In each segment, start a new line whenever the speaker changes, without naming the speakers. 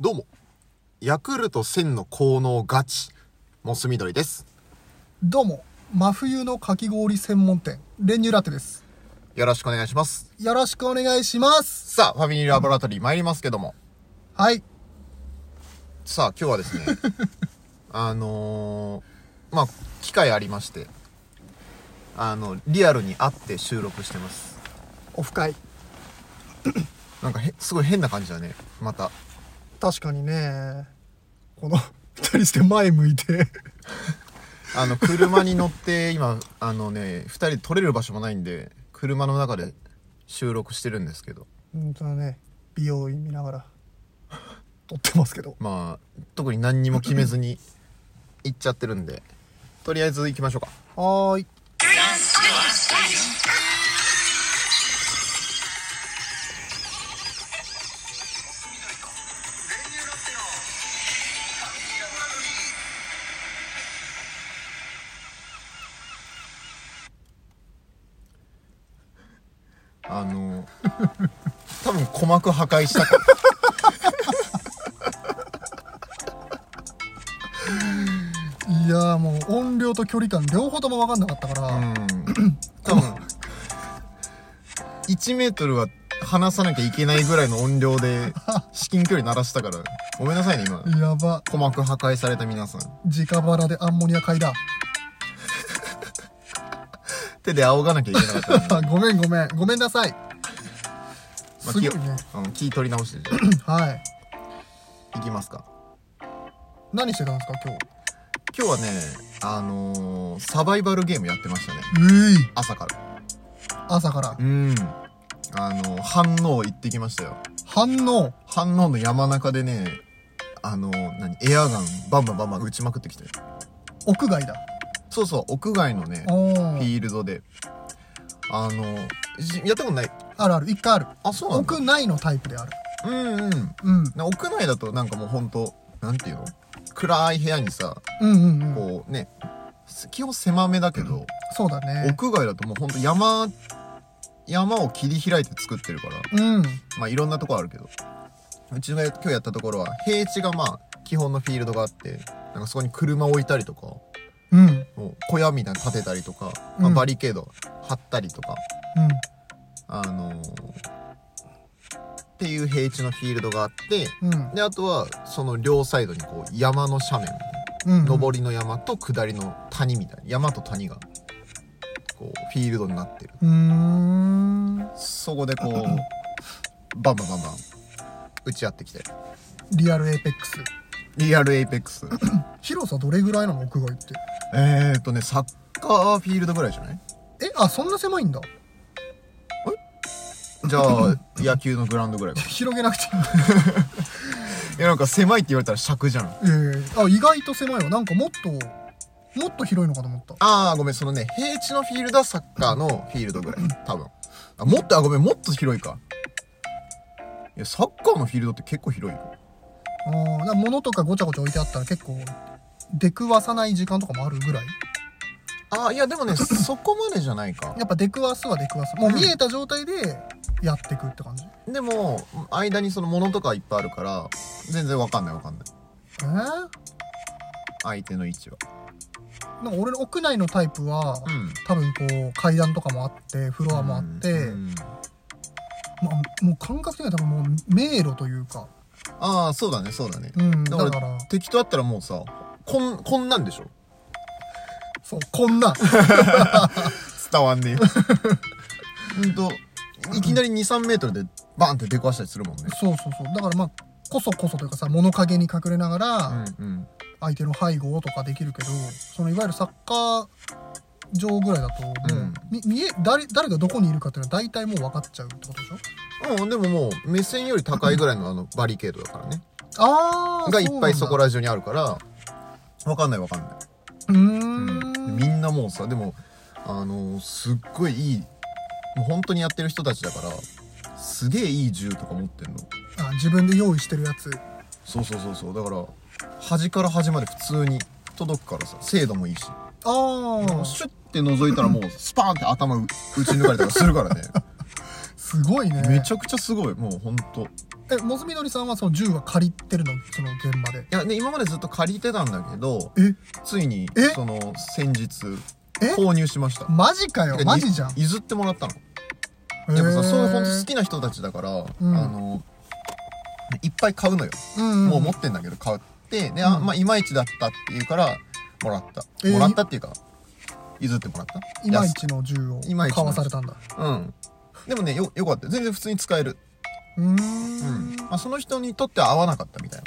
どうも、ヤクルト1000の効能ガチ、モス緑です。
どうも真冬のかき氷専門店練乳ラテです
よろしくお願いします。
よろしくお願いします
さあ、ファミリーラボラトリー参りますけども、
はい
さあ、今日はですね、あのー、まあ、機会ありまして、あの、リアルに会って収録してます。
オフ会
なんかへ、すごい変な感じだね、また。
確かにねこの二人して前向いて
あの、車に乗って、今、あのね、二人撮れる場所もないんで、車の中で収録してるんですけど、
本当だね美容院見ながら撮ってますけど
まあ、特に何にも決めずに行っちゃってるんで、とりあえず行きましょうか。
はーい
あの、多分鼓膜破壊したから。
いやーもう音量と距離感両方とも分かんなかったから、
うん。多分、1メートルは離さなきゃいけないぐらいの音量で至近距離鳴らしたから、ごめんなさいね、今。
やば
鼓膜破壊された皆さん。
直腹でアンモニア嗅いだ
手で仰がなきゃいけなかったの に。
ごめんごめんごめんなさい
ますあ
ごい
気
ね
を、うん、気取り直して、じゃ
はい
あ行きますか。
何してたんですか今日
今日はね、あのーサバイバルゲームやってましたね。
うい
朝から。
朝から
うん。あのー反応行ってきましたよ。
反応
反応の山中でね、あのー何、エアガンバンバンバンバン撃ちまくってきて。
屋外だ
そうそう、屋外のね、フ
おー
ィールドで。あのーじやったことない。
あるある一回ある
あ、そうなんだ
屋。内のタイプである
うんうん。
うん
な屋内だとなんかもうほんと、なんていうの暗い部屋にさ、
うんうんうん
こうね、基本狭めだけど、
そうだね
屋外だともうほんと山山を切り開いて作ってるから
うん
まあいろんなとこあるけどうちが今日やったところは平地がまあ基本のフィールドがあってなんかそこに車置いたりとか
うんうん
もう小屋みたいなの建てたりとか、まあ
うん
バリケード張ったりとか、あのーっていう平地のフィールドがあって
うん
であとはその両サイドにこう山の斜面
うん
上りの山と下りの谷みたいな山と谷がこうフィールドになってる
うーん
そこで こうバンバンバンバン打ち合ってきて
リアルエイペックス
リアルエイペックス
広さどれぐらいなの屋外って
えーっとねサッカーフィールドぐらいじゃない
えあそんな狭いんだ
じゃあ野球のグラウンドぐらいか
広げなくていい
いやなんか狭いって言われたら尺じゃんあ
えー、あ意外と狭いわなんかもっともっと広いのかと思った
あーごめんそのね平地のフィールドはサッカーのフィールドぐらい多分あもっとあごめんもっと広いかいやサッカーのフィールドって結構広いよ
あーなんか物とかごちゃごちゃ置いてあったら結構出くわさない時間とかもあるぐらい
ああいやでも ねそこまでじゃないか
やっぱ出くわすは出くわすもう見えた状態でやってくって感じ
でも間にその物とかいっぱいあるから全然わかんないわかんない
えー、
相手の位置は
なんか俺の屋内のタイプは、
うん
多分こう階段とかもあってフロアもあって、
うんうん
まあ、もう感覚的には多分もう迷路というか、
ああそうだねそうだね、
うん、
だ
だ
か
からら
敵と会ったらもうさこんこんなんでしょ
そうこんなん
伝わん ねえほんといきなり2 3メートルでバンって出くわしたりするもんね
そうそうそうだからまあこそこそというかさ物陰に隠れながら
うんうん
相手の背後をとかできるけどそのいわゆるサッカー場ぐらいだともう、
うん
み見え誰誰がどこにいるかっていうのは大体もう分かっちゃうってことでしょ
うん、でももう目線より高いぐらいのあのバリケードだからね
ああ
がいっぱいそこら中にあるからわかんないわかんないう
ーん
うんみんなもうさでもあのすっごいいいもう本当にやってる人たちだからすげえいい銃とか持ってんの
あ自分で用意してるやつ
そうそうそうそうだから端から端まで普通に届くからさ精度もいいし
ああ
シュッて覗いたらもうスパーンって 頭打ち抜かれたりするからね
すごいね
めちゃくちゃすごいもうほんと
えモズみどりさんはその銃は借りてるのその現場
い
で
やね今までずっと借りてたんだけど
え
ついに
え
その先日
え
購入しました
マジかよマジじゃん
譲ってもらったの
へ
で
ー
もさそういう本当好きな人たちだから、
ん
あのいっぱい買うのよ、
うんうん
もう持ってんだけど買ってで、あ
うん
まあいまいちだったっていうからもらった、
えー
もらったっていうか譲ってもらった
いまいちの銃を
いまいちの
買わされたんだ
安うんでもねよよかった全然普通に使える、
うーん
まあ、その人にとっては合わなかったみたいな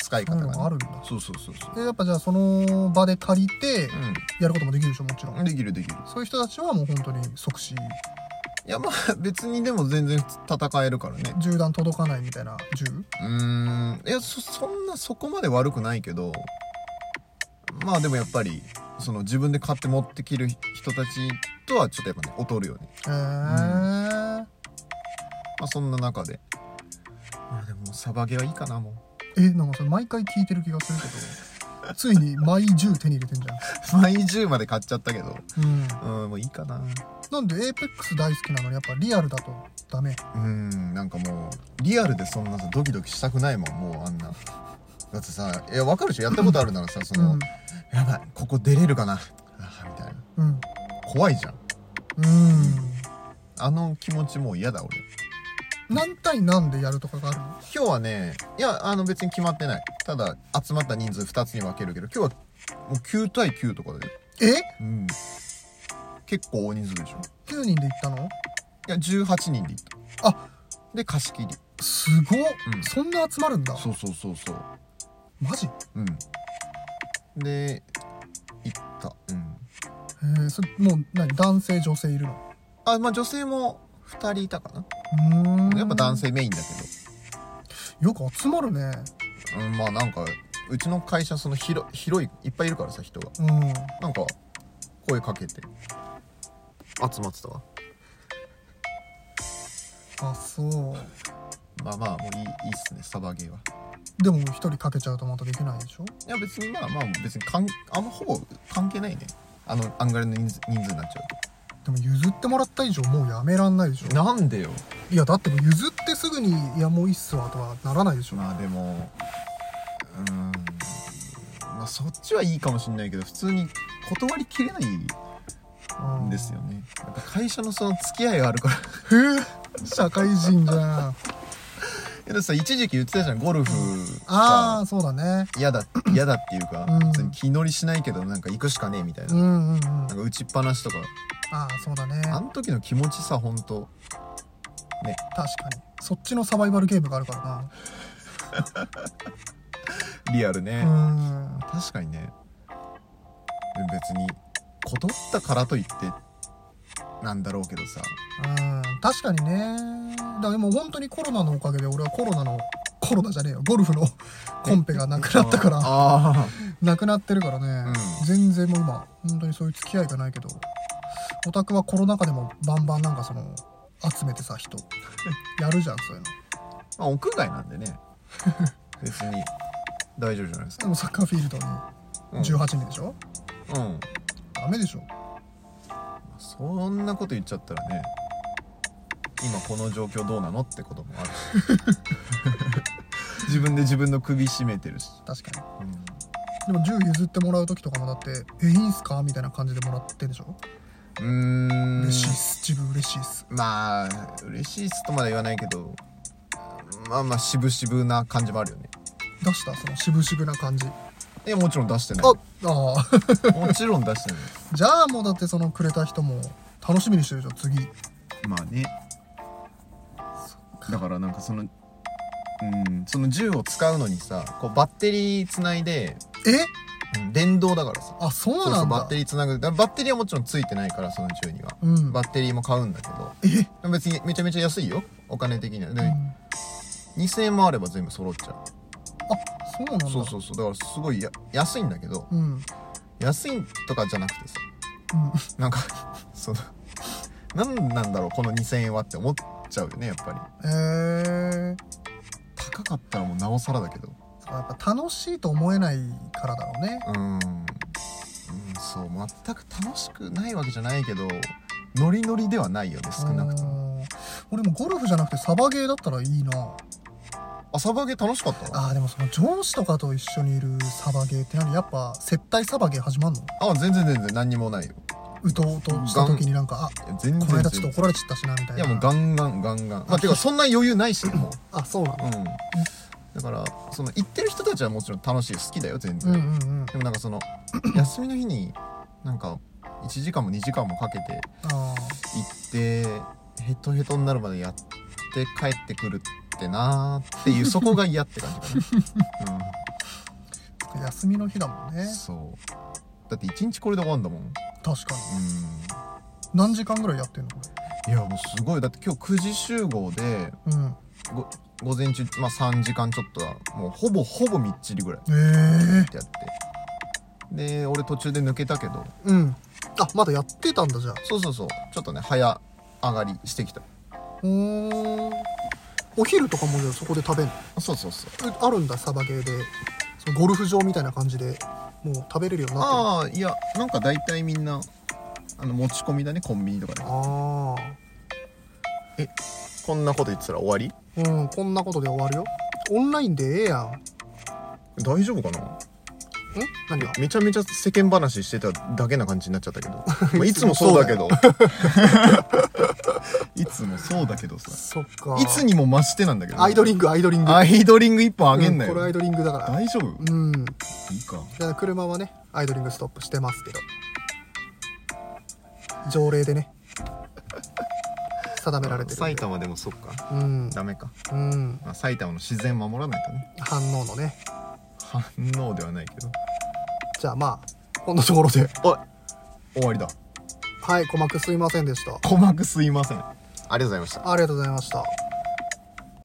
使い
そ
方
んな
が、
の
ね、
があるんだ
そうそうそうそう
でやっぱじゃあその場で借りてやることもできるでしょもちろ
うん
ん
できるできる
そういう人たちはもう本当に即死
いやまあ別にでも全然戦えるからね
銃弾届かないみたいな銃
うーんいやそそんなそこまで悪くないけどまあでもやっぱりその自分で買って持ってきる人たちとはちょっとやっぱね劣るよね、
へえー
まあ、そんな中でまあでもサバゲはいいかなも
えなんかそれ毎回聞いてる気がするけ どついに毎銃手に入れてんじ
う 毎銃まで買っちゃったけど
ゃんうん
うんもういいかな
なんでエーペックス大好きなのにやっぱリアルだとダメ
うんなんかもうリアルでそんなさドキドキしたくないもんもうあんなだってさいや分かるでしょやったことあるならさその、
うん
やばいここ出れるかなあーみたいな
うん
怖いじゃん
うん
あの気持ちもう嫌だ俺
何対何でやるとかがあるの
今日はねいやあの別に決まってないただ集まった人数2つに分けるけど今日はもう9対9とかで
え
うん結構大人数でしょ
9人で行ったの
いや18人で行った
あ
で貸し切り
すごっ、
うん
そんな集まるんだ
そうそうそうそう
マジへ
うんで行ったうん
えそれもう何男性女性いるの
あまあ女性も2人いたかな
うーん
やっぱ男性メインだけ
よく集まるね
ど、うん、まあなんかうちの会社その広広いいっぱいいるからさ人が
うん
なんか声かけて集まってたわ
あそ
まあまあもういいいいっすねサバゲーは
うでも一人かけちゃうとまたできないでしょ
いや別にまあまあ別にかんあんまほぼ関係ないねあのあんぐらいの人数人数になっちゃ
でも譲ってもらった以上もうやめらんないでしょ
うとなんでよ
いやだってもう譲ってすぐにいやもういいっすわとはならないでしょ、
まあでもうーんまあそっちはいいかもしんないけど普通に断りきれないん
うん
ですよねやっぱ会社のその付き合いがあるからい
へえ社会人じ ゃん
やだってさ一時期言ってたじゃんゴルフさ
ああそうだね
嫌だ嫌だっていうか
うん
別に気乗りしないけどなんか行くしかねえみたいな
うんうんうん
なんか打ちっぱなしとか
ああそうだね
あの時の気持ちさほんと
確かにそっちのサバイバルゲームがあるからな
リアルね、
うん
確かにねでも別に断ったからといってなんだろうけどさ
うん確かにねだからでも本当にコロナのおかげで俺はコロナのコロナじゃねえよゴルフのコンペがなくなったから
あ
なくなってるからね、
うん
全然もう今本当にそういう付き合いがないけどオタクはコロナ禍でもバンバンなんかその集めてさ人 やるじゃんそういうの
あまあ屋外なんでね 別に大丈夫じゃないです
で
か
もサッカーフィールドに
うん、
18人でしょ、
うん
ダメでしょ
そんなこと言っちゃったらね今この状況どうなのってこともあるし 自分で自分の首絞めてるし、
確かに
うん
でも銃譲ってもらう時とかもだって「えいいんすか?」みたいな感じでもらってんでしょ、
うーん
嬉しいっす自分嬉しいっす
まあ嬉しいっすとまでは言わないけどまあまあ渋々な感じもあるよね
出したその渋々な感じあ
いやもちろん出してない
あ ー
もちろん出してない
じゃあもうだってそのくれた人も楽しみにしてるじゃん次
まあねだからなんかそのうんその銃を使うのにさこうバッテリーつないで、
え
うん電動だからさ
あそう
そう
な
そうん
だ
バッテリーつなぐだからバッテリーはもちろんついてないからその銃には、
うん
バッテリーも買うんだけど
え
別にめちゃめちゃ安いよお金的にはで、
うん
2000円もあれば全部揃っちゃ
あそうなんだ
うそうそうそうだからすごいや安いんだけど
うんうん
安いとかじゃなくてさなんか その何なんだろうこの2000円はって思っちゃうよねやっぱり
えー、
高かったらもうなおさらだけど
そうやっぱ楽しいと思えないからだろうね
うーんうんそう全く楽しくないわけじゃないけどノリノリではないよね少なくとも
も俺もゴルフじゃなくてサバゲーだったらいいな
あサバゲー楽しかった
ああでもその上司とかと一緒にいるサバゲーって何やっぱ接待サバゲー始まんの
あ全然全然何にもないよ
うとうとした時になんか
いや全然
あこの
全
間ちょっと
然
怒られちゃったしなみたいない
やもうガンガンガンガンまあてかそんな余裕ないしねも
あそうな
う
の
うんだからその行ってる人たちはもちろん楽しい好きだよ全
うん
然、
うんうん
でもなんか その休みの日になんか1時間も2時間もかけて
あ
行ってヘトヘトになるまでやって帰ってくるってなー っていうそこが嫌って感じかな、
あ休みの日だもん
う
ね
ん、そうだって1日これで終わんだもんうん
確かに何時間ぐらいやってんのこ
いやもうすごいだって今日9時集合で
れうん
ご午前中、まあ、3時間ちょっとはもうほぼほぼみっちりぐらいっ
ええ
てやってで俺途中で抜けたけど
うんあまだやってたんだじゃあ
そうそうそうちょっとね早上がりしてきた
うーんお昼とかもじゃあそこで食べんの
そうそうそう
えあるんだサバゲーでそのゴルフ場みたいな感じでもう食べれるようになっ
あ
て
あいやなんか大体みんなあの持ち込みだねコンビニとかで
るああ
こんなこと言ってたら終わり
うんこんなことで終わるよオンラインでええやんん
大丈夫かな
何が
めちゃめちゃ世間話してただけな感じになっちゃったけど まあいつもそうだけどいつもそうだけどさ
そっか
いつにも増してなんだけど
アイドリングアイドリング
アイドリング一本あ
うん
げんなよ、
これアイドリングだから
大丈夫
うんだ
いいか
から車はねアイドリングストップしてますけど条例でね定められてるんで
埼玉でもそっか
うん
ダメか、
うん
まあ、埼玉の自然守らないとね
反応のね
反応ではないけど
じゃあまあこんなところで
おい終わりだ
はい鼓膜すいませんでした
鼓膜すいませんありがとうございました
ありがとうございました